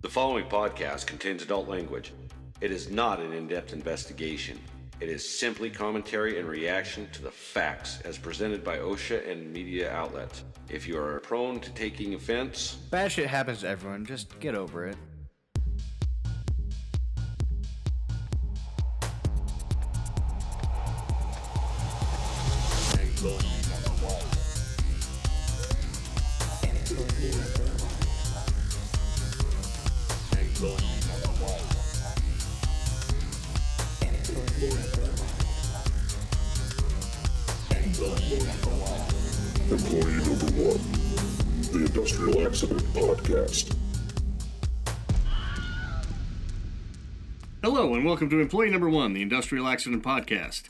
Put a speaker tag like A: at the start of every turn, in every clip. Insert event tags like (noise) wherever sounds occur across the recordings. A: The following podcast contains adult language. It is not an in depth investigation, it is simply commentary and reaction to the facts as presented by OSHA and media outlets. If you are prone to taking offense,
B: Bad shit happens to everyone. Just get over it.
C: Employee number one, the Industrial Accident Podcast.
D: Hello, and welcome to Employee Number One, the Industrial Accident Podcast.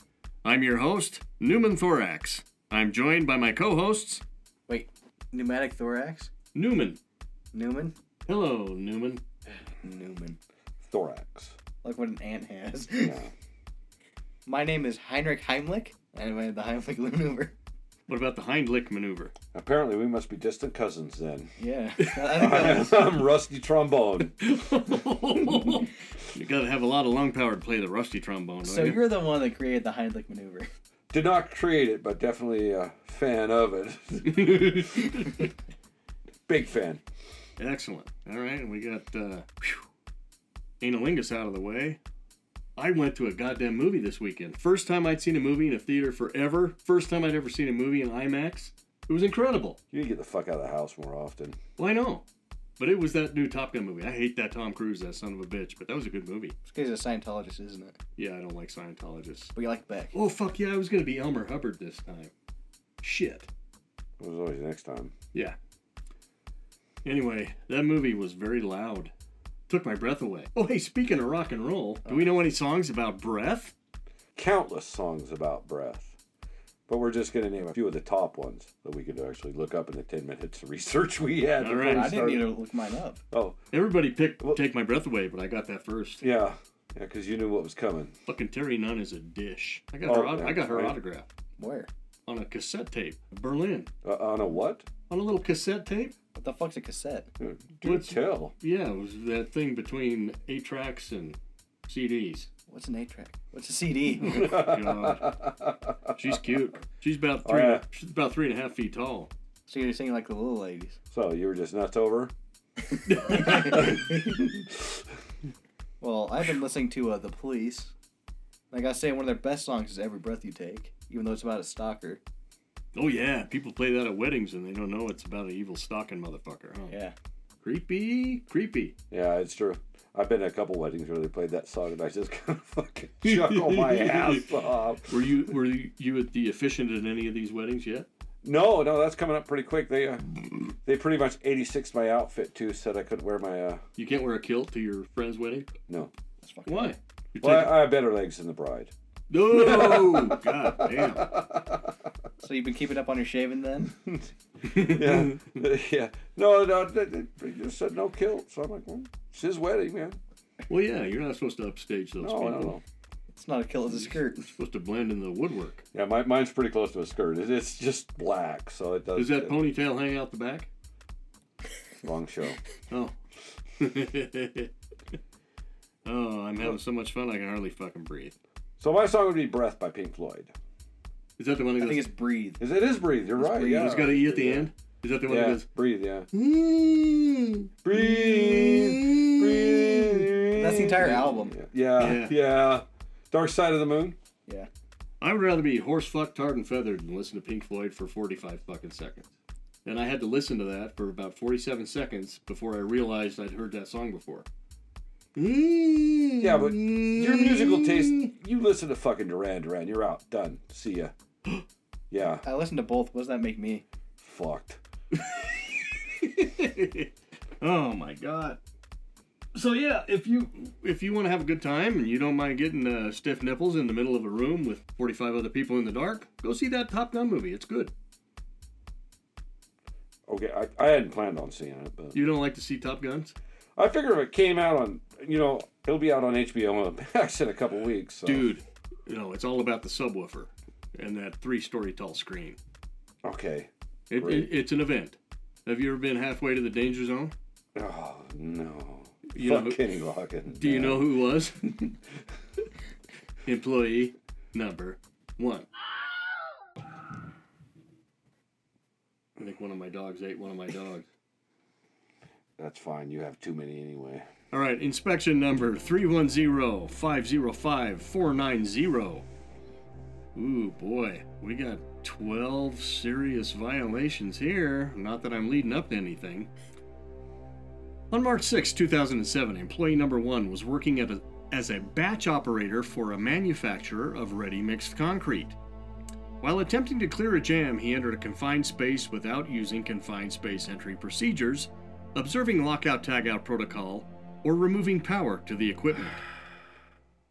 D: I'm your host, Newman Thorax. I'm joined by my co hosts,
B: Wait, pneumatic thorax?
D: Newman.
B: Newman?
D: Hello, Newman.
B: Newman.
A: thorax.
B: Like what an ant (laughs) has. My name is Heinrich Heimlich, and I the Heimlich maneuver.
D: What about the Hindlick maneuver?
A: Apparently, we must be distant cousins then.
B: Yeah. (laughs) I think that was-
A: I'm Rusty Trombone.
D: You gotta have a lot of lung power to play the rusty trombone, don't
B: so
D: you?
B: you're the one that created the Heimlich maneuver.
A: Did not create it, but definitely a fan of it. (laughs) Big fan.
D: (laughs) Excellent. All right, and we got uh, whew, analingus out of the way. I went to a goddamn movie this weekend. First time I'd seen a movie in a theater forever. First time I'd ever seen a movie in IMAX. It was incredible.
A: You need to get the fuck out of the house more often.
D: Well, I know. But it was that new Top Gun movie. I hate that Tom Cruise, that son of a bitch, but that was a good movie.
B: It's because he's a Scientologist, isn't it?
D: Yeah, I don't like Scientologists.
B: But you like Beck.
D: Oh, fuck yeah, I was going to be Elmer Hubbard this time. Shit.
A: It was always next time.
D: Yeah. Anyway, that movie was very loud. Took my breath away. Oh, hey, speaking of rock and roll, do we know any songs about breath?
A: countless songs about breath, but we're just going to name a few of the top ones that we could actually look up in the 10 minutes of research we had.
D: All
A: before
D: right.
A: we
B: I didn't
A: started.
B: need to look mine up.
A: Oh,
D: Everybody picked
A: Well-
D: Take My Breath Away, but I got that first.
A: yeah. Yeah, because you knew what was coming.
D: Fucking Terry Nunn is a dish. I got,
A: Oh,
D: her, aut-
A: yeah,
D: I got her
A: right.
D: autograph
B: Where?
D: on a cassette tape, Berlin.
A: Uh, on a what?
D: On a little cassette tape?
B: What the fuck's a cassette?
A: Do
D: What's-
A: tell.
D: Yeah, it was that thing between eight tracks and CDs.
B: What's an 8 track? What's a (laughs) CD?
D: God. She's cute. She's about
A: Oh,
D: three.
A: yeah.
D: She's about three and a half feet tall.
B: so you're singing like the little (laughs) ladies.
A: So you were just nuts over?
B: Well, I've been listening to uh, The Police. Like I say, one of their best songs is Every Breath You Take, even though it's about a stalker.
D: Oh yeah, people play that at weddings and they don't know it's about an evil stalking motherfucker, huh?
B: Yeah.
D: Creepy, creepy.
A: Yeah, it's true. I've been to a couple weddings where they played that song and I just (laughs) kind of fucking chuckle my ass off.
D: Were you were you, you at the efficient at any of these weddings yet?
A: No, no, that's coming up pretty quick. They uh, they pretty much 86 my outfit too, said I couldn't wear my, uh,
D: You can't wear a kilt to your friend's wedding.
A: no.
B: That's fucking
D: Why? You're
A: Well, I, I have better legs than the bride.
D: taking- no, (laughs) god damn.
B: So you've been keeping up on your shaving (laughs) then?
A: yeah, (laughs) yeah. No, no, they, they they just said no kilt. So I'm like, well, it's his wedding, man.
D: Well, yeah, you're not supposed to upstage those
A: No,
D: people.
A: I don't know.
B: It's not a kill, it's a skirt.
D: You're supposed to blend in the woodwork.
A: Yeah, my, mine's pretty close to a skirt. It, it's just black, so it does.
D: Does that
A: it-
D: ponytail hang out the back?
A: Wrong show.
D: Oh. (laughs) oh, I'm having so much fun I can hardly fucking breathe.
A: So my song would be "Breath" by Pink Floyd.
D: Is that the one
B: I
D: that
B: think
D: goes,
B: it's breathe.
A: Is it is breathe? You're right.
B: Breathe.
A: Yeah,
D: it's got an E at the end? Is that the one
A: Yeah,
D: that goes,
A: breathe.
D: (laughs)
A: Yeah,
D: "Mm."
A: breathe, breathe.
B: That's the entire album.
A: Yeah, yeah.
D: Yeah.
A: Dark Side of the Moon.
B: Yeah.
D: I would rather be horse fucked, tarred, and feathered than listen to Pink Floyd for 45 fucking seconds. And I had to listen to that for about 47 seconds before I realized I'd heard that song before.
A: Yeah, but your musical taste. You listen to fucking Duran Duran. You're out. Done. See
D: (gasps)
A: ya. Yeah.
B: I listened to both. What does that make me?
A: Fucked.
D: (laughs) oh my god. So yeah, if you if you want to have a good time and you don't mind getting uh, stiff nipples in the middle of a room with 45 other people in the dark, go see that Top Gun movie. It's good.
A: Okay, I, I hadn't planned on seeing it, but
D: You don't like to see Top Guns?
A: I figure if it came out on, you know, it'll be (laughs) out on HBO in- Max in a couple weeks. So.
D: Dude, you know, it's all about the subwoofer and that three-story tall screen.
A: Okay.
D: It,
A: Great.
D: it, it's an event. Have you ever been halfway to the danger zone?
A: Oh no.
D: You know
A: Fuck
D: who,
A: Kenny Loggins.
D: do you know who was? (laughs) Employee number one. I think one of my dogs ate one of my dogs.
A: That's fine. You have too many anyway.
D: All right, inspection number 310 505 490. Ooh, boy, we got 12 serious violations here. Not that I'm leading up to anything. On March 6, 2007, employee number one was working at a, as a batch operator for a manufacturer of ready mixed concrete. While attempting to clear a jam, he entered a confined space without using confined space entry procedures, observing lockout tagout protocol, or removing power to the equipment.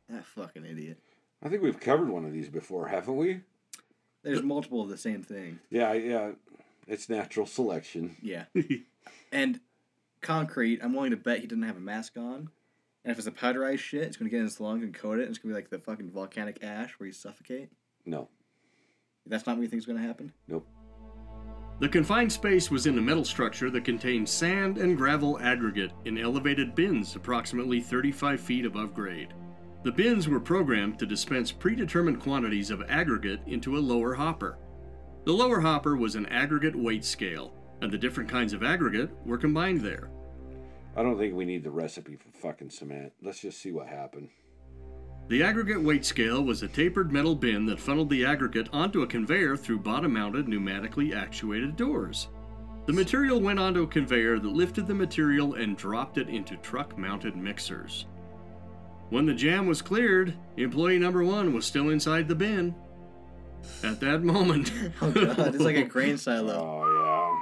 B: That fucking idiot.
A: I think we've covered one of these before, haven't we?
B: There's multiple of the same thing.
A: Yeah, yeah. It's natural selection.
B: Yeah. and concrete, I'm willing to bet he didn't have a mask on. And if it's a powderized shit, it's gonna get in his lungs and coat it, and it's gonna be like the fucking volcanic ash where you suffocate.
A: No.
B: That's not what you think's gonna happen.
A: Nope.
D: The confined space was in a metal structure that contained sand and gravel aggregate in elevated bins approximately 35 feet above grade. The bins were programmed to dispense predetermined quantities of aggregate into a lower hopper. The lower hopper was an aggregate weight scale, and the different kinds of aggregate were combined there.
A: I don't think we need the recipe for fucking cement. Let's just see what happened.
D: The aggregate weight scale was a tapered metal bin that funneled the aggregate onto a conveyor through bottom mounted pneumatically actuated doors. The material went onto a conveyor that lifted the material and dropped it into truck mounted mixers. When the jam was cleared, employee number one was still inside the bin. At that moment,
B: (laughs) Oh
D: (laughs)
B: god, it's like a grain silo.
A: Oh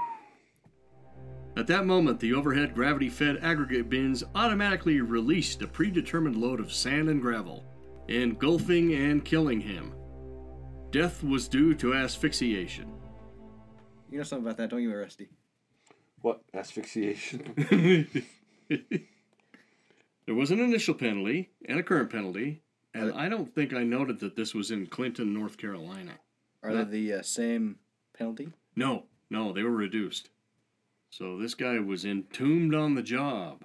D: At that moment, the overhead gravity fed aggregate bins automatically released a predetermined load of sand and gravel, engulfing and killing him. Death was due to asphyxiation.
B: You know something about that, don't you, Rusty?
A: yeah. What asphyxiation? (laughs)
D: There was an initial penalty and a current penalty, and I don't think I noted that this was in Clinton, North Carolina.
B: Are they the uh, same penalty?
D: No, no, they were reduced. So this guy was entombed on the job.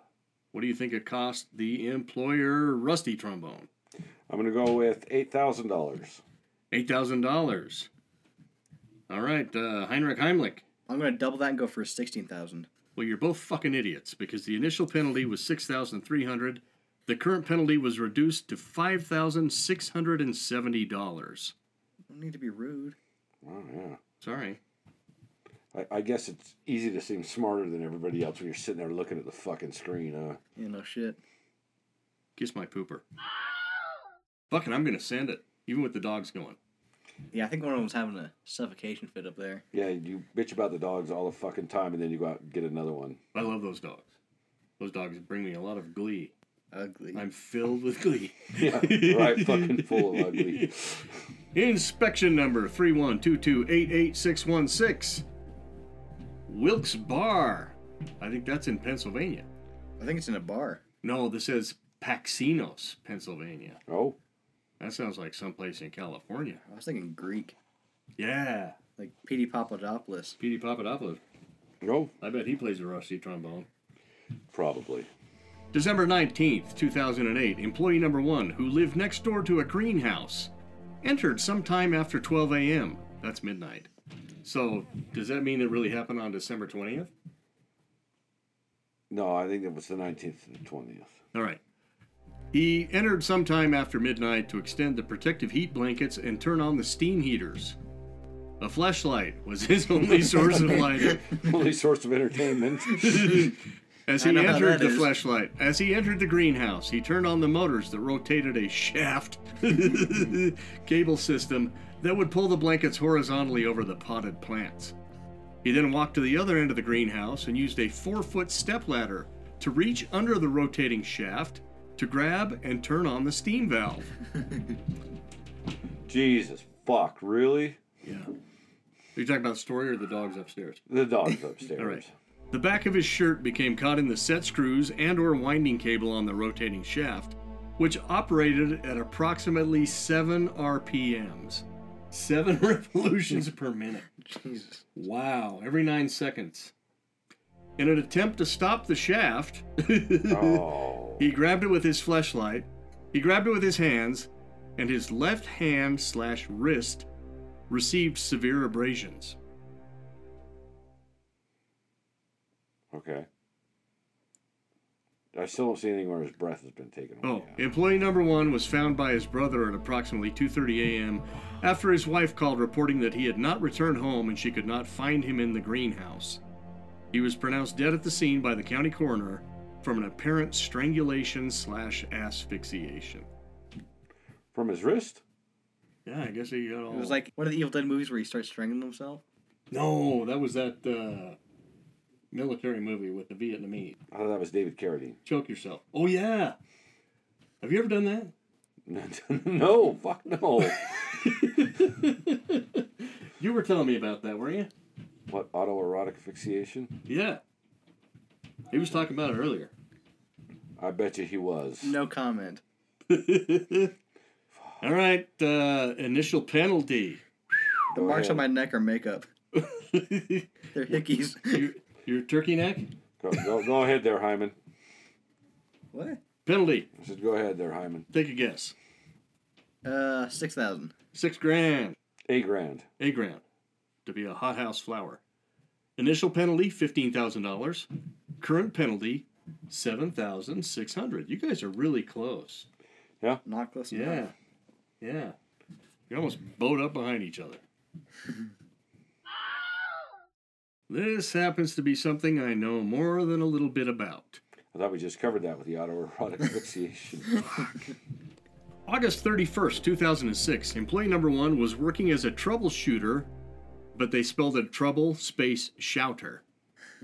D: What do you think it cost the employer, Rusty Trombone?
A: I'm gonna go with eight thousand dollars.
D: Eight thousand dollars. All right, uh, Heinrich Heimlich.
B: I'm gonna double that and go for sixteen thousand.
D: Well, you're both fucking idiots because the initial penalty was six thousand three hundred. The current penalty was reduced to five thousand six hundred and seventy dollars.
B: Don't need to be rude.
A: Oh yeah.
D: Sorry.
A: I, I guess it's easy to seem smarter than everybody else when you're sitting there looking at the fucking screen, huh?
B: You know shit.
D: Kiss my pooper. Fucking, I'm gonna send it, even with the dogs going.
B: Yeah, I think one of them's having a suffocation fit up there.
A: Yeah, you bitch about the dogs all the fucking time, and then you go out and get another one. (laughs)
D: I love those dogs. Those dogs bring me a lot of glee.
B: Ugly.
D: I'm filled with glee.
A: Yeah, right. Fucking full of ugly.
D: Inspection number 312288616. Wilkes Bar. I think that's in Pennsylvania.
B: I think it's in a bar.
D: No, this says Paxinos, Pennsylvania.
A: Oh,
D: That sounds like someplace in California.
B: I was thinking Greek,
D: Yeah.
B: like Petey Papadopoulos.
D: Petey Papadopoulos.
A: no,
D: I bet he plays a rusty trombone.
A: probably.
D: December 19th, 2008, employee number one, who lived next door to a greenhouse, entered sometime after 12 a.m. That's midnight. So, does that mean it really happened on December 20th?
A: No, I think it was the nineteenth and the twentieth. (laughs)
D: All right. He entered sometime after midnight to extend the protective heat blankets and turn on the steam heaters. A flashlight was his (laughs) only source of light.
A: Only source of entertainment. (laughs)
D: As
B: I
D: he
B: know how that
D: entered the
B: is.
D: flashlight, as he entered the greenhouse, he turned on the motors that rotated a shaft (laughs) cable system that would pull the blankets horizontally over the potted plants. He then walked to the other end of the greenhouse and used a four foot step ladder to reach under the rotating shaft to grab and turn on the steam valve.
A: Jesus fuck, really?
D: Yeah. Are you talking about the story or the dogs upstairs?
A: The dog's upstairs.
D: All right. The back of his shirt became caught in the set screws and or winding cable on the rotating shaft, which operated at approximately 7 RPMs. (laughs) 7 revolutions per minute.
B: Jesus.
D: Wow, every 9 seconds. In an attempt to stop the shaft, (laughs)
A: Oh.
D: he grabbed it with his fleshlight. He grabbed it with his hands, and his left hand slash wrist received severe abrasions.
A: Okay. I still don't see anything where his breath has been taken away.
D: Oh, employee number one was found by his brother at approximately 2:30 a.m. after his wife called reporting that he had not returned home and she could not find him in the greenhouse. He was pronounced dead at the scene by the county coroner from an apparent strangulation slash asphyxiation.
A: From his wrist?
D: Yeah, I guess he got all.
B: It was like one of the Evil Dead movies where he starts strangling himself.
D: no, that was that uh, military movie with the Vietnamese.
A: I thought that was David Carradine.
D: Choke yourself. Oh yeah. Have you ever done
A: (laughs)
D: that?
A: no, fuck no.
D: You were telling me about that, were you?
A: what autoerotic asphyxiation?
D: Yeah. He was talking about it earlier.
A: I bet you he was.
B: No comment.
D: (laughs) All right, uh, initial penalty. (laughs)
B: The
A: Go
B: marks on
A: ahead.
B: my neck are makeup. (laughs) They're hickeys. (laughs)
D: your, your turkey neck
A: Go, go, go ahead there, Hyman.
B: what?
D: penalty.
A: I said, go ahead there, Hyman.
D: Take a guess.
B: Uh, six thousand.
D: Six grand,
A: Eight grand.
D: eight grand, to be a hothouse flower. Initial penalty fifteen thousand dollars. Current penalty seven thousand six hundred. You guys are really close.
B: Not close
D: Yeah,
B: enough.
D: yeah. You're almost bowed up behind each other. (laughs) this happens to be something I know more than a little bit about.
A: I thought we just covered that with the autoerotic (laughs) asphyxiation.
D: August 31st, 2006, employee number one was working as a troubleshooter, but they spelled it trouble space shouter.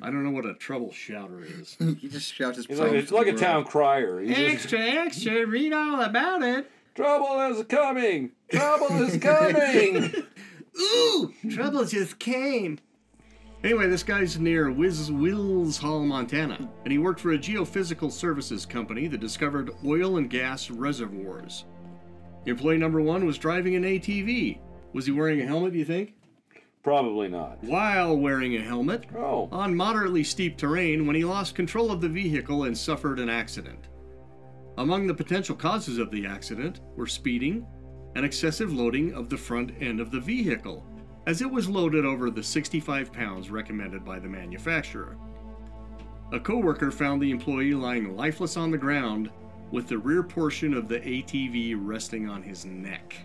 D: I don't know what a trouble shouter (laughs) is.
B: (laughs) He just shouts his
A: He's like,
B: problems
A: it's like
B: to
A: a
B: the
A: town
B: world.
A: crier. He's just,
D: extra, extra, read all about it.
A: trouble is coming. Trouble is coming.
D: Ooh, trouble just came. Anyway, this guy's near Wiz- Wills Hall, Montana, and he worked for a geophysical services company that discovered oil and gas reservoirs. Employee number one was driving an ATV. Was he wearing a helmet, do you think?
A: Probably not.
D: While wearing a helmet,
A: Oh,
D: on moderately steep terrain when he lost control of the vehicle and suffered an accident. Among the potential causes of the accident were speeding and excessive loading of the front end of the vehicle, as it was loaded over the 65 pounds recommended by the manufacturer. A coworker found the employee lying lifeless on the ground with the rear portion of the ATV resting on his neck.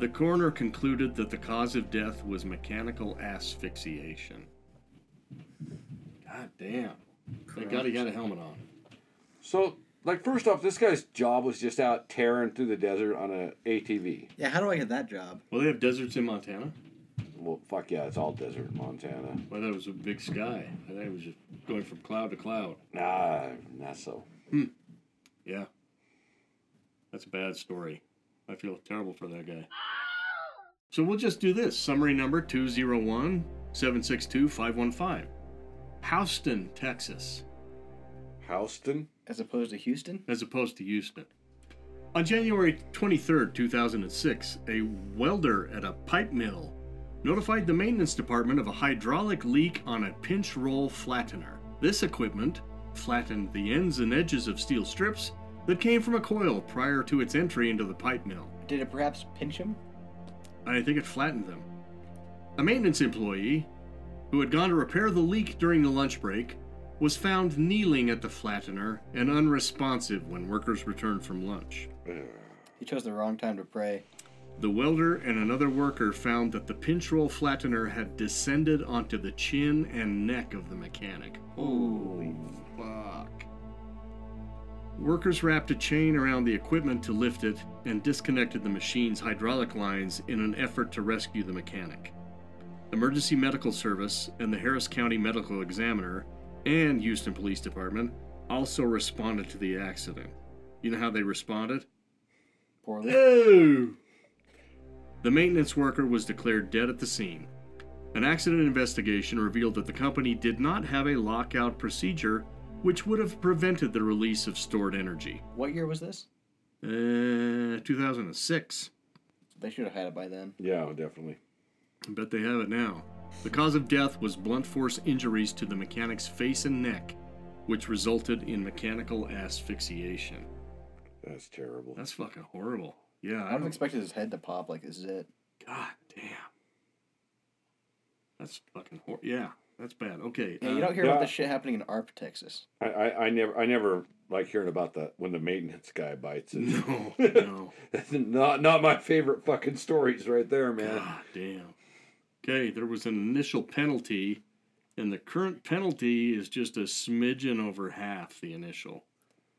D: The coroner concluded that the cause of death was mechanical asphyxiation. God damn. Thank God he had a helmet on.
A: so like first off, this guy's job was just out tearing through the desert on a ATV.
B: Yeah, how do I get that job?
D: Well, they have deserts in Montana.
A: Well, fuck yeah, it's all desert in Montana.
D: Well, that was a big sky. I think it was just going from cloud to cloud.
A: Nah, not so.
D: Yeah. That's a bad story. I feel terrible for that guy. So we'll just do this. Summary number 201 762 515. Houston, Texas.
A: Houston.
B: As opposed to Houston?
D: as opposed to Houston. On January 23, 2006, a welder at a pipe mill notified the maintenance department of a hydraulic leak on a pinch roll flattener. This equipment flattened the ends and edges of steel strips that came from a coil prior to its entry into the pipe mill.
B: Did it perhaps pinch him?
D: I think it flattened them. A maintenance employee, who had gone to repair the leak during the lunch break, was found kneeling at the flattener and unresponsive when workers returned from lunch.
B: He chose the wrong time to pray.
D: The welder and another worker found that the pinch roll flattener had descended onto the chin and neck of the mechanic. Holy fuck. Workers wrapped a chain around the equipment to lift it and disconnected the machine's hydraulic lines in an effort to rescue the mechanic. Emergency Medical Service and the Harris County Medical Examiner and Houston Police Department also responded to the accident. You know how they responded?
A: (laughs)
B: Poorly.
D: Oh! The maintenance worker was declared dead at the scene. An accident investigation revealed that the company did not have a lockout procedure, which would have prevented the release of stored energy.
B: What year was this?
D: Uh, 2006.
B: They should have had it by then.
A: Yeah, definitely.
D: I bet they have it now. The cause of death was blunt force injuries to the mechanic's face and neck, which resulted in mechanical asphyxiation.
A: That's terrible.
D: That's fucking horrible. Yeah,
B: I would have expected his head to pop. Like, this is it.
D: God damn. That's fucking hor. Yeah, that's bad. Okay.
B: Yeah,
D: uh,
B: you don't hear
A: yeah.
B: about this shit happening in ARP, Texas.
A: I, I, I never I never like hearing about the when the maintenance guy bites it.
D: No, no.
A: (laughs) That's not not my favorite fucking stories right there, man.
D: God damn. Okay, there was an initial penalty, and the current penalty is just a smidgen over half the initial.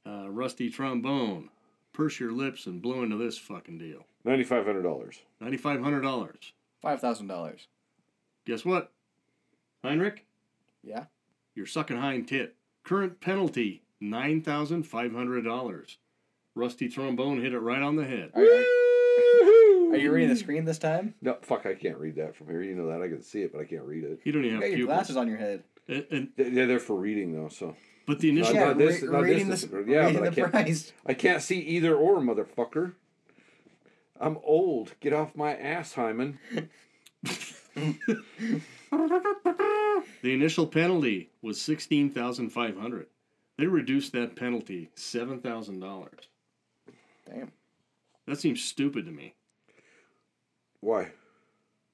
D: Uh, rusty trombone, purse your lips and blow into this fucking deal.
A: Ninety five hundred dollars.
D: $9,500.
B: Five thousand dollars.
D: Guess what? Heinrich,
B: Yeah.
D: you're sucking hind tit. Current penalty, $9,500. Rusty trombone hit it right on the head.
B: Are, are, are you reading the screen this time?
A: No, fuck, I can't read that from here. You know that I can see it, but I can't read it.
D: You don't
B: You
D: even
B: got
D: have
B: your glasses
D: pupils.
B: on your head.
D: And, and-
A: They- They're there for reading though, so
D: but the
A: No,
D: initial
A: no, this-
B: re-
A: no, this
B: reading
A: is-
B: the,
A: yeah,
B: reading
A: but I
B: the
A: can't-
B: price.
A: I can't see either or, motherfucker. I'm old. Get off my ass,
D: (laughs)
A: Hyman.
D: The initial penalty was sixteen thousand five hundred. They reduced that penalty seven thousand dollars.
B: Damn.
D: That seems stupid to me.
A: Why?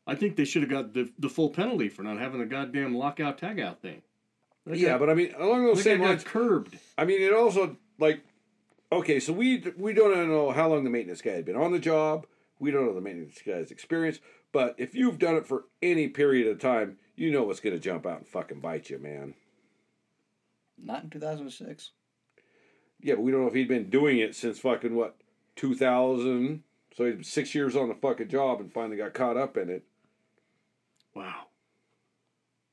D: I think they should have got the, the full penalty for not having the goddamn lockout tagout thing. They
A: yeah,
D: got,
A: but I mean, along those
D: they
A: same
D: got
A: lines,
D: curbed.
A: I mean, it also like okay, so we we don't know how long the maintenance guy had been on the job. We don't know the maintenance guy's experience, but if you've done it for any period of time, you know what's going to jump out and fucking bite you, man.
B: Not in two thousand six. (laughs)
A: Yeah, but we don't know if he'd been doing it since fucking what 2000. So he'd been six years on the fucking job and finally got caught up in it.
D: Wow.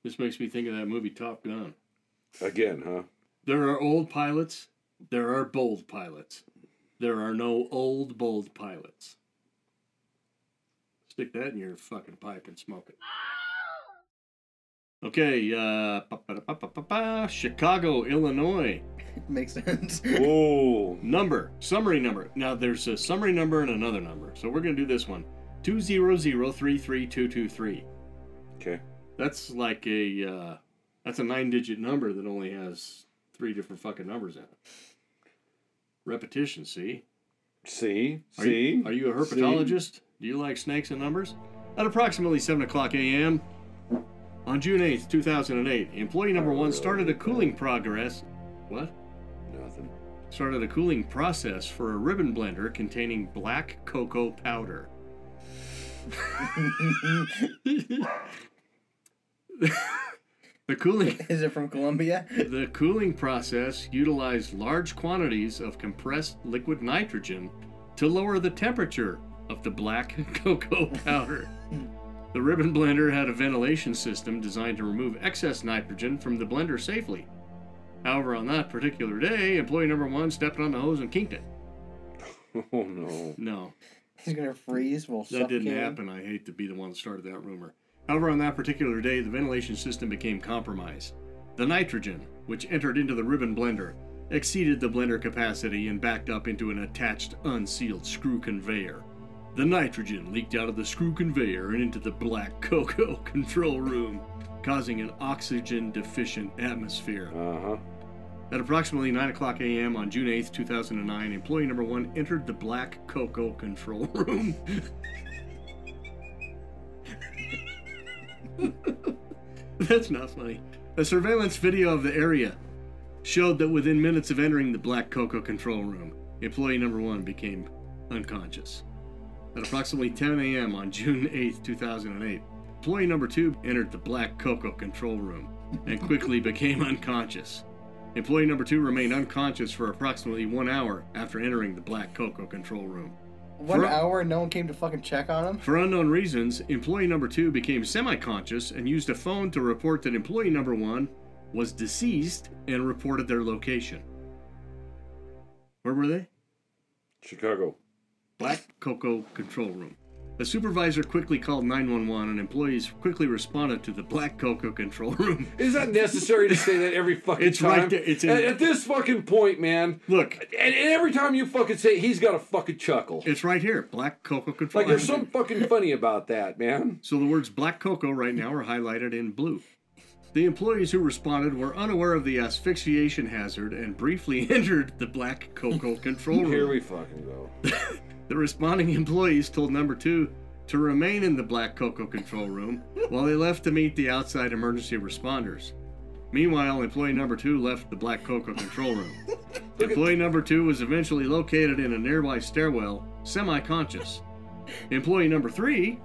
D: This makes me think of that movie Top Gun.
A: Again, huh?
D: There are old pilots. There are bold pilots. There are no old bold pilots. Stick that in your fucking pipe and smoke it. Okay, uh, ba-ba-da-ba-ba-ba-ba, Chicago, Illinois.
B: Makes sense. (laughs)
A: Whoa.
D: Number, summary number. Now there's a summary number and another number. So we're going to do this one 200-33223.
A: Okay.
D: That's like a, uh, that's a nine digit number that only has three different fucking numbers in it. Repetition, see?
A: See?
D: Are
A: See?
D: You, are you a
A: See?
D: herpetologist? Do you like snakes and numbers? At approximately 7 o'clock a.m. on June 8th, 2008, employee number one started a cooling progress. What?
A: Nothing.
D: Started a cooling process for a ribbon blender containing black cocoa
A: (laughs)
D: powder. (laughs) the cooling
B: is it from Colombia?
D: the cooling process utilized large quantities of compressed liquid nitrogen to lower the temperature of the black (laughs) cocoa powder. the ribbon blender had a ventilation system designed to remove excess nitrogen from the blender safely. However, on that particular day, employee number one stepped on the hose and kinked it.
A: (laughs) Oh, no.
D: No,
B: (laughs) He's gonna freeze. Well,
D: that didn't happen. I hate to be the one that started that rumor. However, on that particular day, the ventilation system became compromised. The nitrogen, which entered into the ribbon blender, exceeded the blender capacity and backed up into an attached, unsealed screw conveyor. The nitrogen leaked out of the screw conveyor and into the black (laughs) cocoa control room, causing an oxygen deficient atmosphere.
A: Uh huh.
D: At approximately 9 o'clock a.m. on June 8th, 2009, employee number one entered the black cocoa control (laughs) room. That's not funny. A surveillance video of the area showed that within minutes of entering the black cocoa control room, employee number one became unconscious. At approximately 10 a.m. on June 8th, 2008, employee number two entered the black cocoa control room and quickly became unconscious. Employee number two remained unconscious for approximately one hour after entering the black cocoa control room.
B: One
D: For-
B: hour, and no one came to fucking check on him.
D: For unknown reasons, employee number two became semi conscious and used a phone to report that employee number one was deceased and reported their location. Where were they?
A: Chicago.
D: Black Cocoa Control Room. The supervisor quickly called 911 and employees quickly responded to the black cocoa control (laughs) room.
A: Is that necessary to say that every fucking
D: It's
A: time?
D: right there, it's in
A: at,
D: there.
A: at this fucking point, man.
D: Look.
A: and, and every time you fucking say, it, he's got a fucking chuckle.
D: It's right here, black cocoa control.
A: Like there's something fucking funny about that, man.
D: So the words black cocoa right now are highlighted in blue. The employees who responded were unaware of the asphyxiation hazard and briefly (laughs) entered the black cocoa control room.
A: Here we fucking go.
D: The responding employees told number two to remain in the black cocoa control room while they left to meet the outside emergency responders. Meanwhile, employee number two left the black cocoa
A: (laughs)
D: control room. employee number two was eventually located in a nearby stairwell, semi conscious. Employee number three,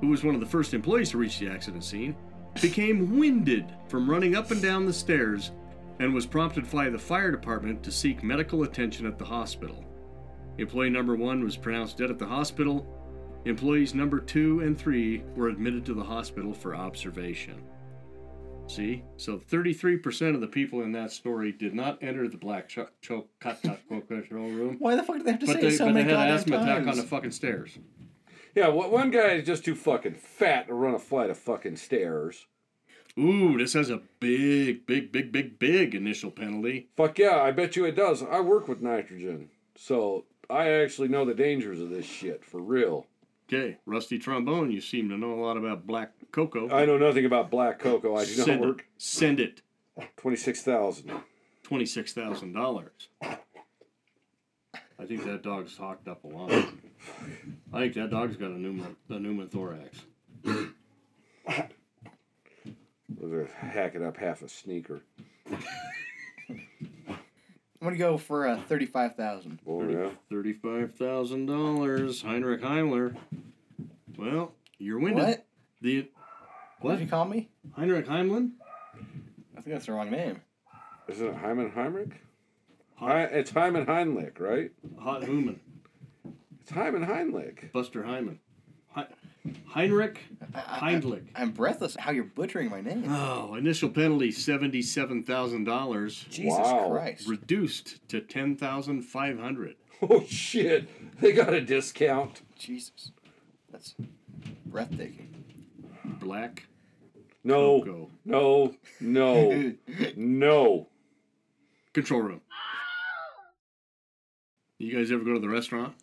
D: who was one of the first employees to reach the accident scene, became winded from running up and down the stairs and was prompted by the fire department to seek medical attention at the hospital. Employee number one was pronounced dead at the hospital. Employees number two and three were admitted to the hospital for observation. See, so 33% of the people in that story did not enter the black cho- cho- co-
B: (laughs)
D: co- co- control room,
B: Why the fuck did they have to say
D: but
B: it
D: they,
B: so
D: but they
B: many
D: had an
B: goddamn
D: asthma attack on
B: times?
D: the fucking stairs.
A: Yeah, wh- one guy is just too fucking fat to run a flight of fucking stairs.
D: Ooh, this has a big, big, big, big, big initial penalty.
A: Fuck yeah, I bet you it does. I work with nitrogen, so I actually know the dangers of this shit for real.
D: Okay, rusty trombone. You seem to know a lot about black cocoa.
A: I know nothing about black cocoa. I do not
D: send
A: work.
D: It, send it.
A: Twenty-six thousand.
D: twenty-six thousand dollars. I think that dog's hocked up a lot. I think that dog's got a pneumo, a pneumothorax.
A: They're hacking up half a sneaker.
B: I'm gonna go for uh, thirty-five thousand.
A: Boy, Oh, yeah.
D: Thirty-five thousand dollars, Heinrich Heimler. Well, you're winded.
B: What?
D: The
B: What did you call me?
D: Heinrich Heimlin?
B: I think that's the wrong name.
A: Isn't it Hyman Heinrich? Hi, it's Hyman Heinlich, right?
D: Hot Human.
A: It's Hyman Heinlich. (laughs)
D: Buster Hyman. Hi- Heinrich Heindlich.
B: I'm breathless. How you're butchering my name?
D: Oh, initial penalty seventy-seven thousand dollars,
B: Jesus
A: Wow.
B: Christ!
D: reduced to ten thousand five hundred.
A: Oh shit! They got a discount.
B: Jesus, that's breathtaking.
D: Black
A: No,
D: Cocoa.
A: no, no, (laughs) no.
D: Control room. You guys ever go to the restaurant?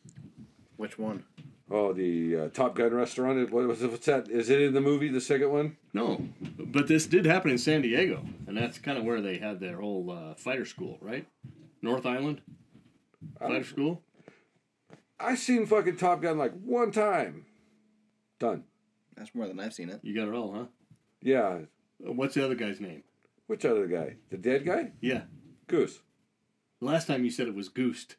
B: Which one?
A: Oh, the uh, Top Gun restaurant. it- What was it- What's that? Is it in the movie? The second one?
D: No, but this did happen in San Diego, and that's kind of where they had their whole uh, fighter school, right? North Island fighter school.
A: I seen fucking Top Gun like one time. Done.
B: That's more than I've seen it.
D: You got it all, huh?
A: Yeah.
D: What's the other guy's name?
A: Which other guy? The dead guy?
D: Yeah,
A: Goose.
D: last time you said it was Goosed.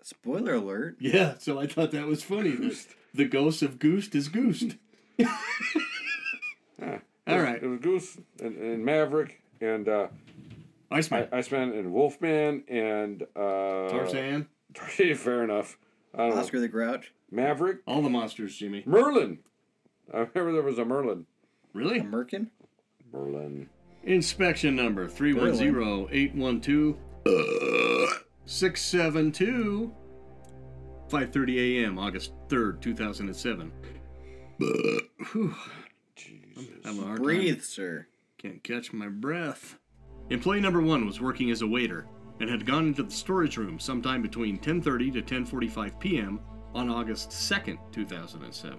B: Spoiler alert.
D: Yeah, so I thought that was
A: (laughs)
D: funny. that The ghost of Goosed is Goosed. Ah, all right,
A: It was Goose and, and Maverick and uh,
D: Iceman,
A: I- Iceman and Wolfman and uh,
D: Tarzan,
A: (laughs) Fair enough. I don't know.
B: Oscar the Grouch.
A: Maverick,
D: all the monsters, Jimmy.
A: Merlin. I remember there was a Merlin.
D: Really?
B: A Merkin.
A: Merlin.
D: Inspection number uh, 310-812-672. 5:30 a.m. August 3rd, 2007. Whew,
A: Jesus.
D: I'm a hard time-
B: Breathe, sir.
D: Can't catch my breath. Employee number 1 was working as a waiter and had gone into the storage room sometime between 10:30 to 10:45 p.m. on August 2nd, 2007.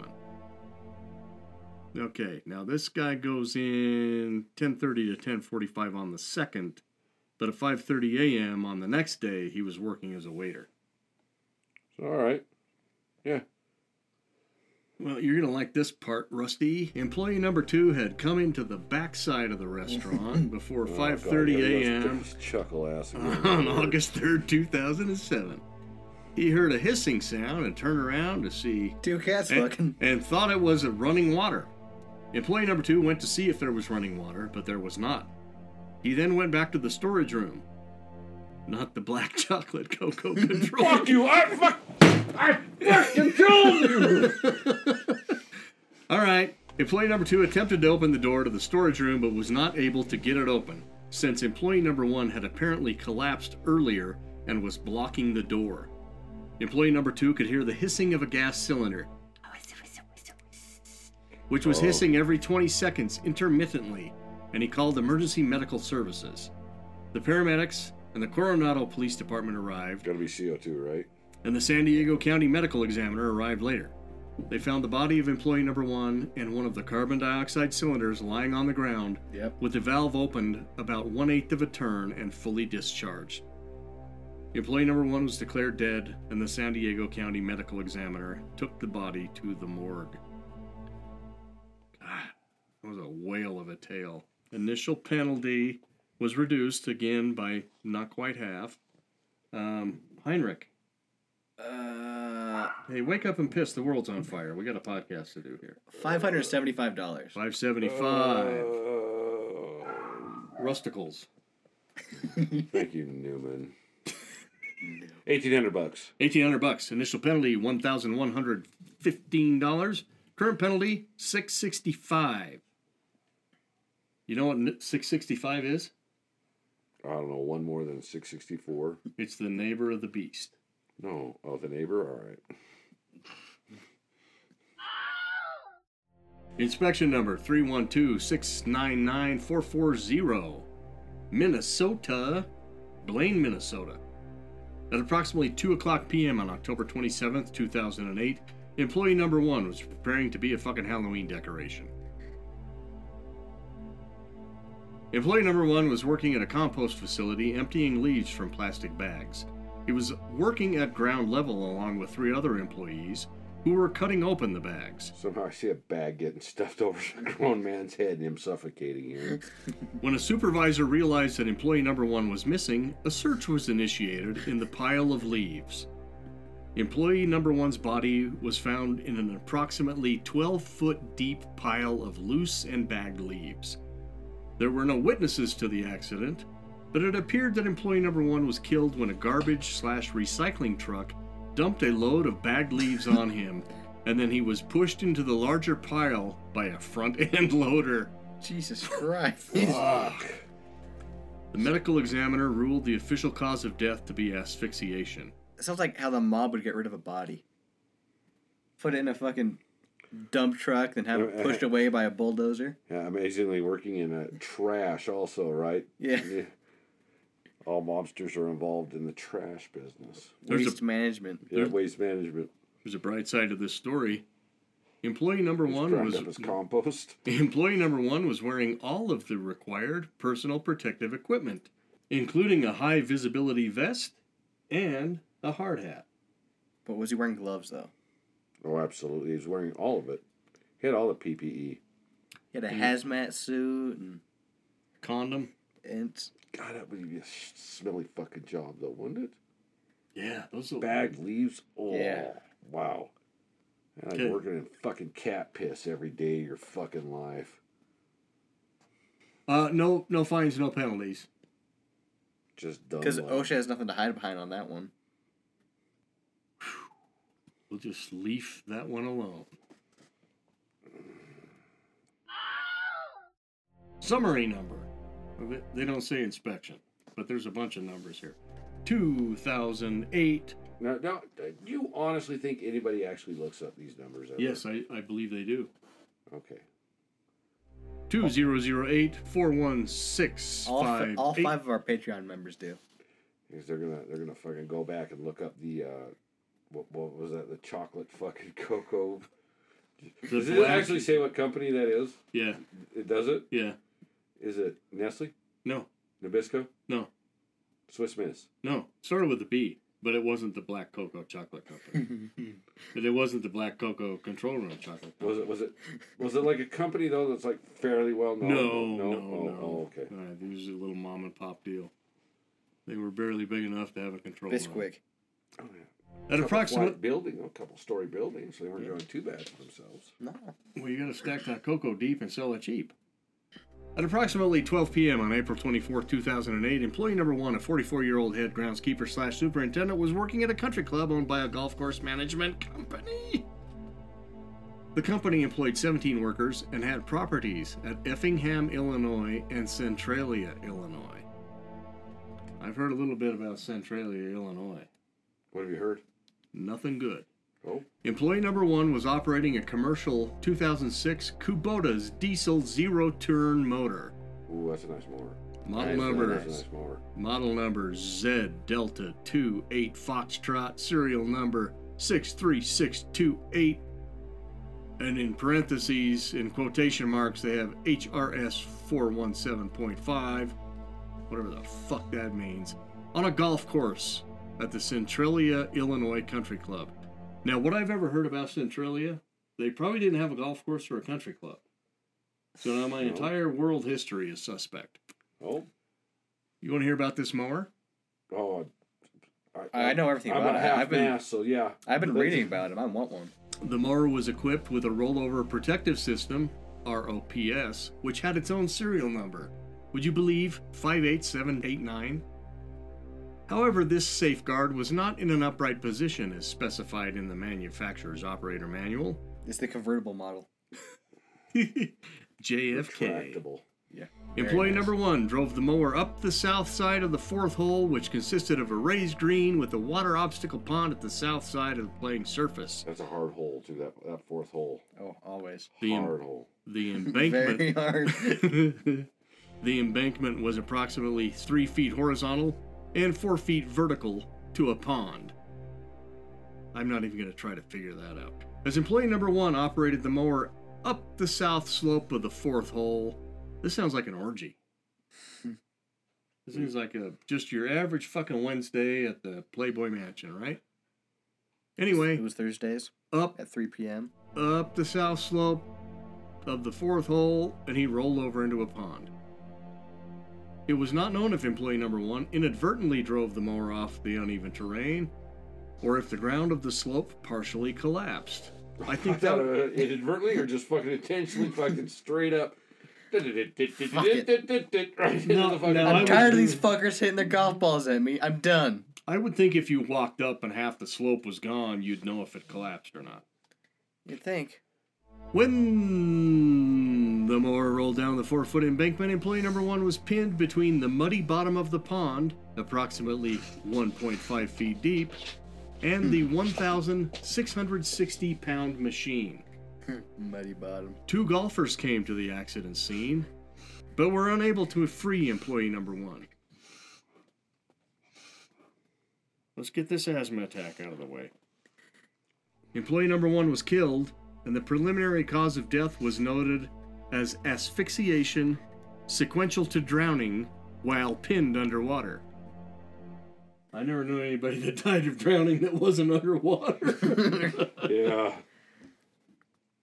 D: Okay, now this guy goes in 10:30 to 10:45 on the 2nd, but at 5:30 a.m. on the next day he was working as a waiter.
A: All right. Yeah.
D: Well, you're gonna like this part, Rusty. Employee number two had come into the backside of
A: (laughs)
D: the restaurant before
A: Oh,
D: 5:30
A: God, yeah,
D: a.m.
A: those- those Chuckle ass.
D: (laughs) on August 3rd, 2007. He heard a hissing sound and turned around to see
B: Two cats
D: and,
B: fucking.
D: and thought it was a running water. Employee number two went to see if there was running water, but there was not. He then went back to the storage room. Not the black (laughs) chocolate cocoa
A: (laughs)
D: control.
A: Fuck you! I fuck. I fucking killed you.
D: All right. Employee number two attempted to open the door to the storage room but was not able to get it open since employee number one had apparently collapsed earlier and was blocking the door. Employee number two could hear the hissing of a gas cylinder. which was
A: Oh.
D: hissing every 20 seconds intermittently, and he called emergency medical services. The paramedics and the Coronado Police Department arrived,
A: Gotta be CO2, right?
D: and the San Diego County Medical Examiner arrived later. They found the body of employee number one and one of the carbon dioxide cylinders lying on the ground
B: Yep.
D: with the valve opened about one eighth of a turn and fully discharged. Employee number one was declared dead, and the San Diego County Medical Examiner took the body to the morgue. God, that was a whale of a tale. Initial penalty was reduced again by not quite half. Um, Heinrich,
B: Uh,
D: hey, wake up and piss. The world's on fire. We got a podcast to do here.
B: five hundred seventy-five dollars.
D: 575.
A: Oh,
D: Rusticles.
A: thank you, Newman. Eighteen hundred bucks.
D: Eighteen hundred bucks. Initial penalty one thousand one hundred fifteen dollars. Current penalty six sixty five. You know what six sixty five is?
A: I don't know. One more than six sixty four.
D: It's the neighbor of the beast.
A: No. Oh, the neighbor. All right.
D: Inspection number 312-699-440. Minnesota, Blaine, Minnesota. At approximately 2 o'clock p.m. on October 27th, 2008, employee number one was preparing to be a fucking Halloween decoration. Employee number one was working at a compost facility emptying leaves from plastic bags. He was working at ground level along with three other employees who were cutting open the bags.
A: Somehow I see a bag getting stuffed (laughs) over a grown man's head and him suffocating here.
D: When a supervisor realized that employee number one was missing, a search was initiated in the pile of leaves. Employee number one's body was found in an approximately 12 foot deep pile of loose and bagged leaves. There were no witnesses to the accident, but it appeared that employee number one was killed when a garbage slash recycling truck dumped a load of bagged leaves on him, and then he was pushed into the larger pile by a front end (laughs) loader.
B: Jesus Christ. (laughs)
A: Fuck.
D: The medical examiner ruled the official cause of death to be asphyxiation.
B: sounds like how the mob would get rid of a body. Put it in a fucking dump truck, then have it pushed away by a bulldozer.
A: Yeah, amazingly working in a trash also, right?
B: Yeah.
A: All mobsters are involved in the trash business.
D: There's a-
B: Waste management.
A: Yeah, waste management.
D: There's a bright side to this story. Employee number one
A: Ground
D: was
A: up as compost.
D: (laughs) employee number one was wearing all of the required personal protective equipment, including a high visibility vest and a hard hat.
B: But was he wearing gloves though?
A: Oh, absolutely. He's wearing all of it. He had all the E. PPE.
B: He had a
D: Mm.
B: hazmat suit and,
D: Condom.
B: and
A: God, that would be a sh- smelly fucking job, though, wouldn't
D: Yeah, those
A: it?
D: little
A: Bagged leaves. Oh,
B: Yeah.
A: wow. And like
D: Okay.
A: working in fucking cat piss every day of your fucking life.
D: Uh, no, no fines, no penalties.
A: Just dumb.
B: because
A: luck.
B: OSHA has nothing to hide behind on that one.
D: We'll just leave that one alone. Summary number. They- They don't say inspection, but there's a bunch of numbers here. 2008.
A: Now, now, do you honestly think anybody actually looks up these numbers? ever?
D: Yes, I, I believe they do.
A: Okay.
D: 2008
B: All, fi-
D: 4165.
B: all five of our Patreon members do.
A: Because they're gonna they're gonna fucking go back and look up the uh, what what was that? The chocolate fucking (laughs) cocoa. Does it actually say what company that is?
D: Yeah,
A: It does it.
D: yeah.
A: Is it Nestle,
D: No,
A: Nabisco,
D: no,
A: Swiss Miss?
D: no. Started with a B, but it wasn't the Black Cocoa Chocolate Company.
B: (laughs)
D: but it wasn't the Black Cocoa Control Room Chocolate
A: Was it was it was it like a company though that's like fairly well known?
D: No, no, no.
A: oh, oh, okay.
D: No, it was a little mom and pop deal. They were barely big enough to have a control. room.
B: Bisquick.
A: Oh, yeah.
D: At
A: Couple
D: approximately,
A: flat building, a couple story buildings. They weren't doing too bad for themselves.
B: No.
D: well, you got to stack that cocoa deep and sell it cheap. At approximately 12 p.m. on April 24, 2008, employee number one, a 44-year-old head groundskeeper slash superintendent, was working at a country club owned by a golf course management company. The company employed 17 workers and had properties at Effingham, Illinois, and Centralia, Illinois. I've heard a little bit about Centralia, Illinois.
A: What have you heard?
D: Nothing good.
A: Oh.
D: Employee number one was operating a commercial 2006 Kubota's diesel zero turn motor.
A: Ooh, that's a nice mower.
D: Model
B: Nice,
D: number
A: That's a nice mower.
D: model number Z Delta 28 Foxtrot, serial number 63628. And in parentheses, in quotation marks, they have HRS 417.5, whatever the fuck that means, on a golf course at the Centralia, Illinois Country Club. Now, what I've ever heard about Centralia, they probably didn't have a golf course or a country club. So now my
A: No.
D: entire world history is suspect.
A: Oh.
D: You want to hear about this mower?
A: Oh.
B: I know everything
A: I'm
B: about
A: a
B: it.
A: half
B: I've been-
A: mass, so yeah.
B: I've been
A: That's-
B: reading about him. I want one.
D: The mower was equipped with a rollover protective system, ROPS, which had its own serial number. Would you believe 58789? However, this safeguard was not in an upright position as specified in the manufacturer's operator manual. (laughs)
B: It's the convertible model.
D: JFK.
A: Retractable.
B: Yeah.
D: Employee number one drove the mower up the south side of the fourth hole, which consisted of a raised green with a water obstacle pond at the south side of the playing surface.
A: That's a hard hole too. That that fourth hole.
B: Oh, always.
D: The, em-
A: hard (laughs) hole.
D: the embankment.
B: Very (laughs) hard.
D: (laughs) the embankment was approximately three feet horizontal and four feet vertical to a pond. I'm not even going to try to figure that out. As employee number one operated the mower up the south slope of the fourth hole, this sounds like an orgy. this seems like a just your average fucking Wednesday at the Playboy Mansion, right?
B: It
D: Anyway,
B: was Thursdays
D: up
B: at 3 p.m.
D: up the south slope of the fourth hole and he rolled over into a pond. It was not known if employee number one inadvertently drove the mower off the uneven terrain or if the ground of the slope partially collapsed.
A: (laughs)
D: I
A: I
D: think
A: thought
D: that.
A: uh, inadvertently or just fucking intentionally, fucking straight up. (laughs) Right into
D: No,
A: (laughs) the fucking
D: no, I
A: hole.
B: I'm
D: would
B: tired of
D: do-
B: these fuckers hitting their golf balls at me. I'm done.
D: I would think if you walked up and half the slope was gone, you'd know if it collapsed or not.
B: You'd think.
D: When the mower rolled down the four foot embankment, employee number one was pinned between the muddy bottom of the pond, approximately 1.5 feet deep, and the 1,660 pound machine.
B: Muddy bottom.
D: Two golfers came to the accident scene, but were unable to free employee number one. Let's get this asthma attack out of the way. Employee number one was killed, and the preliminary cause of death was noted as asphyxiation sequential to drowning while pinned underwater. I never knew anybody (laughs) that died of drowning that wasn't underwater.
A: Yeah.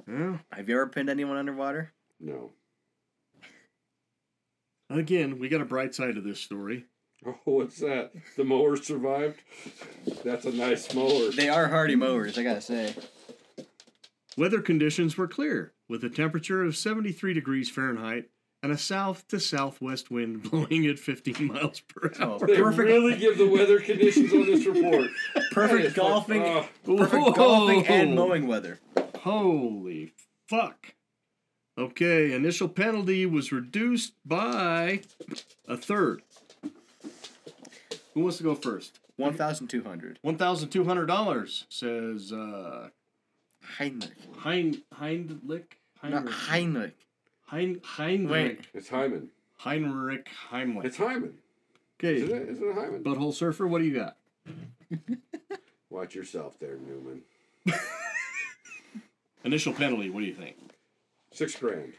D: well,
B: Have you ever pinned anyone underwater?
A: No.
D: again, we got a bright side of this story.
A: (laughs) Oh, what's that? The mower survived. That's a nice mower.
B: They are hardy mowers, I gotta say.
D: Weather conditions were clear, with a temperature of 73 degrees Fahrenheit and a south to southwest wind (laughs) blowing at 15 miles per
B: Oh,
D: hour.
A: They
B: perfect,
A: really give the weather conditions on this report. That is
B: perfect
A: fuck-
B: golfing,
A: oh,
B: perfect
D: Whoa!
B: golfing and mowing weather.
D: Holy fuck. Okay, initial penalty was reduced by a third. Who wants to go first?
B: 1,200.
D: $1,200 says uh,
B: Heinrich.
D: Hein Heinlich
B: Not Heinrich.
D: Heinrich Hein Heinrich
A: it's Hyman.
D: Heinrich Heimlich.
A: It's Hyman. Isn't
D: Okay,
A: it? Isn't it Hyman?
D: butthole surfer, what do you got?
A: Watch yourself there, Newman.
D: Initial penalty, what do you think?
A: Six grand.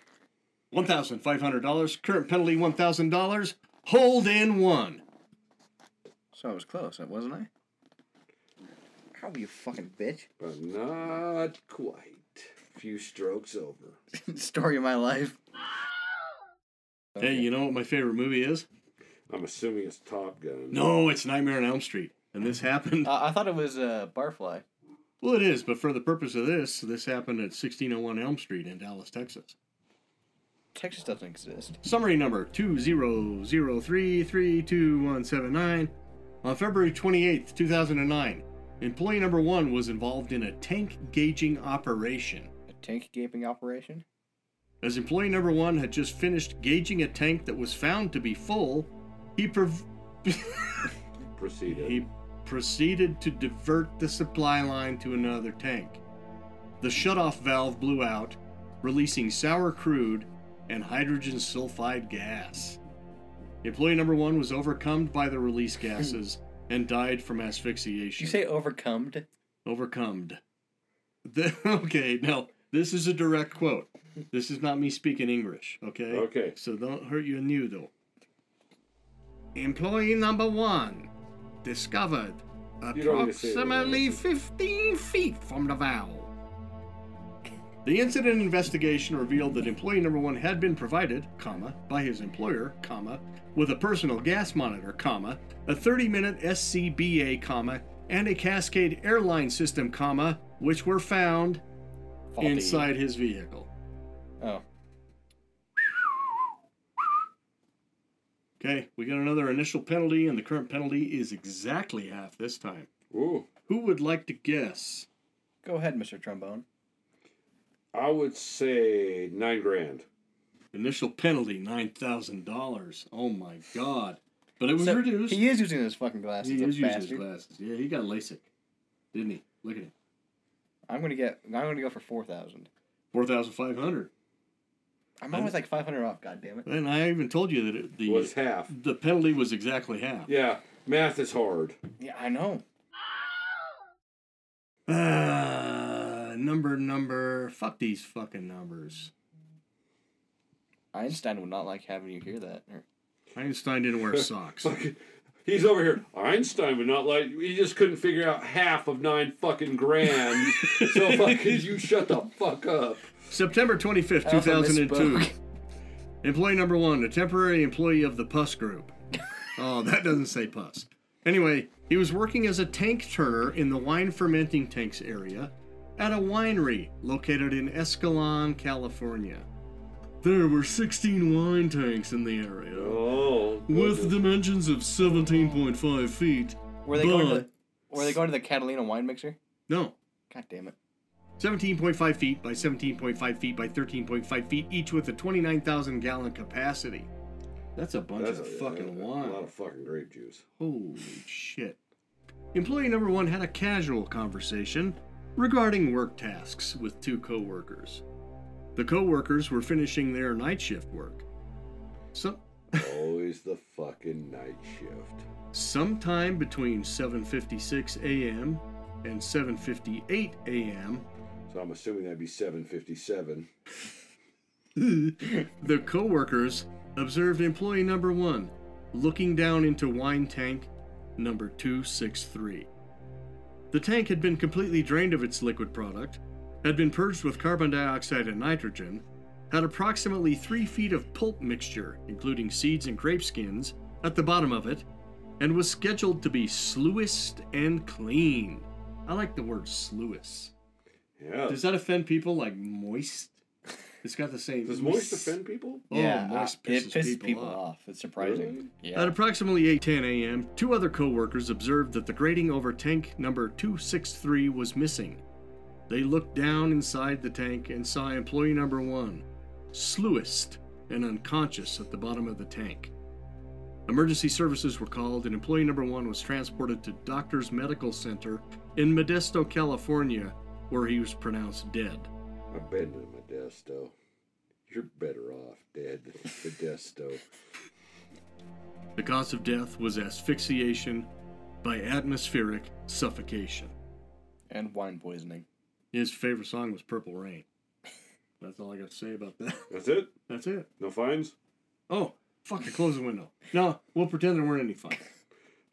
D: $1,500. Current penalty, $1,000. Hold in one.
B: So I was close, wasn't I? How you fucking bitch? (laughs)
A: But not quite. Few strokes over.
B: Story of my life.
D: Hey, you know what my favorite movie is?
A: I'm assuming it's Top Gun.
D: No, it's Nightmare on Elm Street. And this (laughs) happened.
B: I thought it was uh, Barfly.
D: Well, it is, but for the purpose of this, this happened at 1601 Elm Street in Dallas, Texas.
B: Texas doesn't exist.
D: Summary number 200332179. On February 28th, 2009, employee number one was involved in a tank gauging operation.
B: A tank gaping operation?
D: As employee number one had just finished gauging a tank that was found to be full, he, prov-
A: Proceeded.
D: he proceeded to divert the supply line to another tank. The shutoff valve blew out, releasing sour crude and hydrogen sulfide gas. Employee number one was overcome by the
B: (laughs)
D: release gases and died from
B: Did
D: asphyxiation.
B: you say overcomed?
D: Overcomed. The, (laughs) okay, now this is a direct quote. This is not me speaking English, okay?
A: Okay.
D: So don't hurt your new though. Employee number one discovered
A: You don't need to say it,
D: approximately 15 feet from the valve. The incident investigation revealed that employee number one had been provided, comma, by his employer, comma, with a personal gas monitor, comma, a 30-minute SCBA, comma, and a Cascade airline system, comma, which were found
B: Faulty.
D: inside his vehicle.
B: Oh.
D: Okay, we got another initial penalty, and the current penalty is exactly half this time.
A: Ooh.
D: Who would like to guess?
B: Go ahead, Mr. Trombone.
A: I would say nine grand.
D: Initial penalty nine thousand dollars. Oh my god! But it was
B: So,
D: reduced.
B: He is using his fucking glasses.
D: He
B: that
D: is using his
B: bastard.
D: glasses. Yeah, he got LASIK, didn't he? Look at him.
B: I'm gonna get. I'm gonna go for four thousand.
D: Four thousand five hundred.
B: I'm always like five hundred off. God damn it.
D: And I even told you that it, the
A: Was half.
D: the penalty was exactly half.
A: Yeah, math is hard.
B: Yeah, I know.
D: Ah, number number. Fuck these fucking numbers.
B: Einstein would not like having you hear that. Or-
D: Einstein didn't wear socks.
A: He's over here. Einstein would not like. He just couldn't figure out half of nine fucking
D: (laughs)
A: grand. so fucking you shut the fuck up.
D: September 25th,
B: I also
D: 2002.
B: misspoke.
D: Employee number one, a temporary employee of the
B: (laughs)
D: Puss Group. oh, that doesn't say Puss. Anyway, he was working as a tank turner in the wine fermenting tanks area at a winery located in Escalon, California. There were 16 wine tanks in the area,
A: Oh.
D: with dimensions of 17.5 feet.
B: Were they going to? The,
D: But-
B: were they going to the Catalina wine mixer?
D: No,
B: God damn it.
D: 17.5 feet by 17.5 feet by 13.5 feet, each with a 29,000 gallon capacity. That's a bunch
A: That's
D: of
A: a,
D: fucking
A: a,
D: wine.
A: A lot of fucking grape juice.
D: Holy shit. Employee number one had a casual conversation regarding work tasks with two coworkers. The coworkers were finishing their night shift work. So,
A: Always the fucking night shift.
D: sometime between 7:56 a.m. and 7:58 a.m.,
A: So I'm assuming that'd be 757.
D: (laughs) The coworkers observed employee number one looking down into wine tank number 263. The tank had been completely drained of its liquid product, had been purged with carbon dioxide and nitrogen, had approximately three feet of pulp mixture, including seeds and grape skins, at the bottom of it, and was scheduled to be sluiced and clean. I like the word sluice.
A: Yeah.
D: Does that offend people like moist? It's got the same.
A: Does moist offend people?
D: Oh, moist
B: uh,
D: pisses
B: it pisses
D: people
B: people,
D: off.
B: off. It's surprising.
A: Really?
B: Yeah.
D: At approximately 8:10 a.m., two other coworkers observed that the grating over tank number 263 was missing. They looked down inside the tank and saw employee number 1 sluiced and unconscious at the bottom of the tank. Emergency services were called and employee number 1 was transported to Doctors Medical Center in Modesto, California, where he was pronounced dead.
A: I've been to Modesto. You're better off dead than Modesto.
D: The cause of death was asphyxiation by atmospheric suffocation.
B: and wine poisoning.
D: His favorite song was Purple Rain. That's all I got to say about that. (laughs)
A: That's it?
D: That's it.
A: No fines?
D: Oh, fuck, I closed the window. No, we'll pretend there weren't any fun.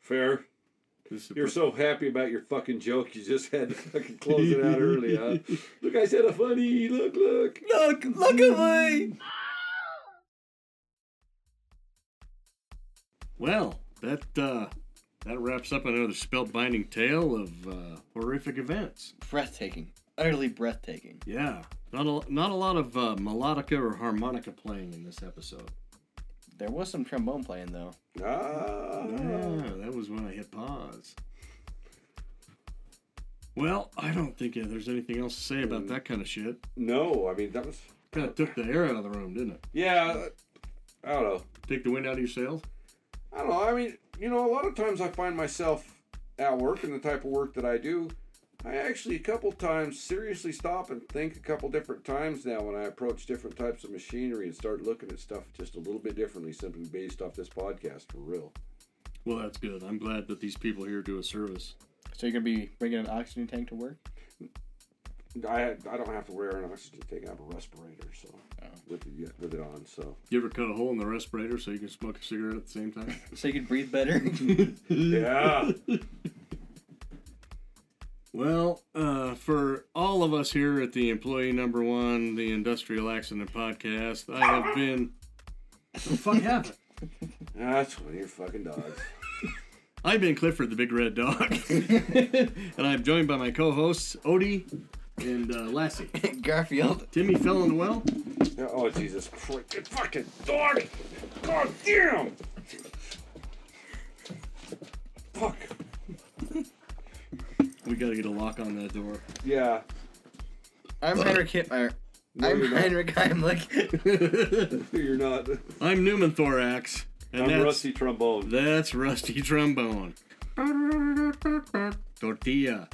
A: Fair.
D: This is
A: You're so happy about your fucking joke, you just had to fucking close it out early, (laughs) huh? Look, I said a funny. Look, look.
B: Look! Look at me!
D: well, that uh, that wraps up another spellbinding tale of uh, horrific events.
B: Breathtaking. Utterly breathtaking.
D: Yeah, not a, not a lot of uh, melodica or harmonica playing in this episode.
B: There was some trombone playing though.
A: Ah.
D: Yeah, that was when I hit pause. Well, I don't think uh, there's anything else to say about that kind of shit.
A: No, I mean, that was.
D: Kind of took the air out of the room, didn't it?
A: Yeah, I don't know.
D: Take the wind out of your sails.
A: I don't know. I mean, you know, a lot of times I find myself at work and the type of work that I do, I actually a couple times seriously stop and think a couple different times now when I approach different types of machinery and start looking at stuff just a little bit differently simply based off this podcast for real.
D: Well, that's good. I'm glad that these people here do a service.
B: So you're gonna be bringing an oxygen tank to work?
A: I I don't have to wear an oxygen tank. I have a respirator, so with it with it on. So
D: You ever cut a hole in the respirator so you can smoke a cigarette at the same (laughs) time?
B: So you can breathe better?
A: yeah,
D: Well, uh, for all of us here at the employee number one, the industrial accident podcast, I have been. What the fuck happened?
A: that's one of your fucking dogs.
D: I've been Clifford, the big
A: (laughs)
D: red dog, (laughs) and I'm joined by my co-hosts Odie and uh, Lassie.
B: (laughs) Garfield.
D: Timmy fell in the well.
A: Yeah, Oh Jesus Christ! Good fucking dog! God damn! Fuck!
D: We got to get a lock on that door. (laughs)
A: Yeah.
B: I'm Heinrich Hitler. I'm
A: you're not.
B: Heinrich Heimlich.
A: You're not.
D: I'm Newman Thorax, and
A: I'm
D: that's
A: rusty trombone.
D: that's Rusty Trombone. Tortilla.